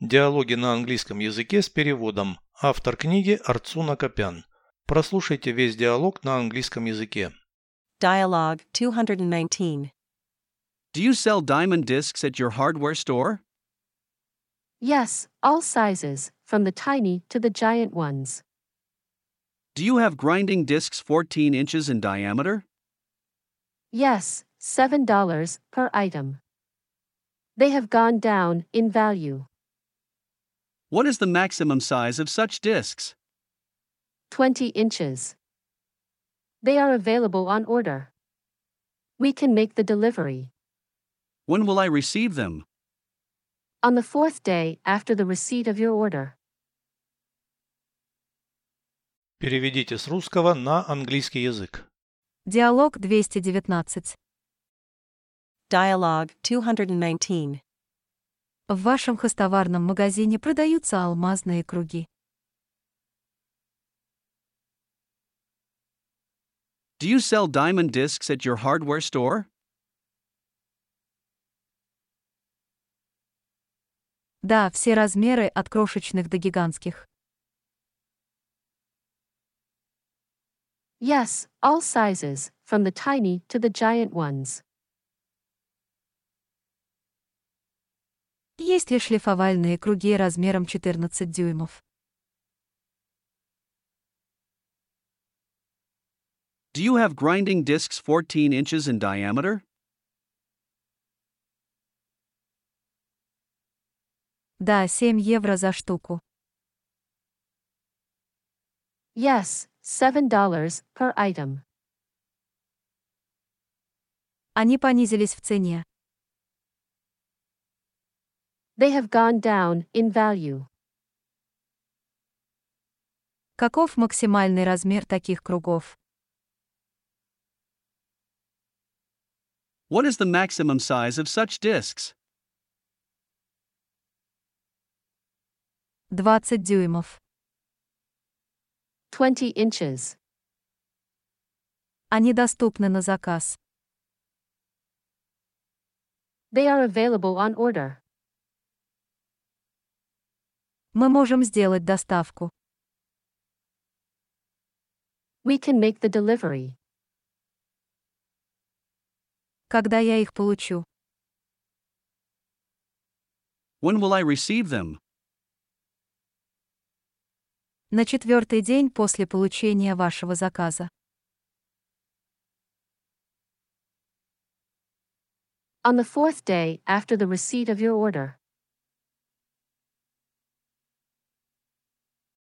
Диалоги на английском языке с переводом. Автор книги Арцуна Копян. Прослушайте весь диалог на английском языке. Dialogue 219. Do you sell diamond discs at your hardware store? Yes, all sizes, from the tiny to the giant ones. Do you have grinding discs 14 inches in diameter? Yes, $7 per item. They have gone down in value. What is the maximum size of such discs? 20 inches. They are available on order. We can make the delivery. When will I receive them? On the fourth day after the receipt of your order. Переведите с русского на английский язык. Диалог 219. Dialogue 219. В вашем хостоварном магазине продаются алмазные круги. Do you sell diamond discs at your hardware store? Да, все размеры от крошечных до гигантских. Yes, all sizes, from the tiny to the giant ones. Есть ли шлифовальные круги размером 14 дюймов? Do you have grinding discs 14 inches in diameter? Да, 7 евро за штуку. Yes, $7 per item. Они понизились в цене. They have gone down in value. Каков максимальный размер таких кругов? What is the maximum size of such discs? 20 дюймов. 20 inches. Они доступны на заказ. They are available on order. Мы можем сделать доставку. We can make the delivery. Когда я их получу? When will I receive them? На четвертый день после получения вашего заказа. On the fourth day after the receipt of your order.